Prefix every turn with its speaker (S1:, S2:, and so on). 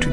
S1: to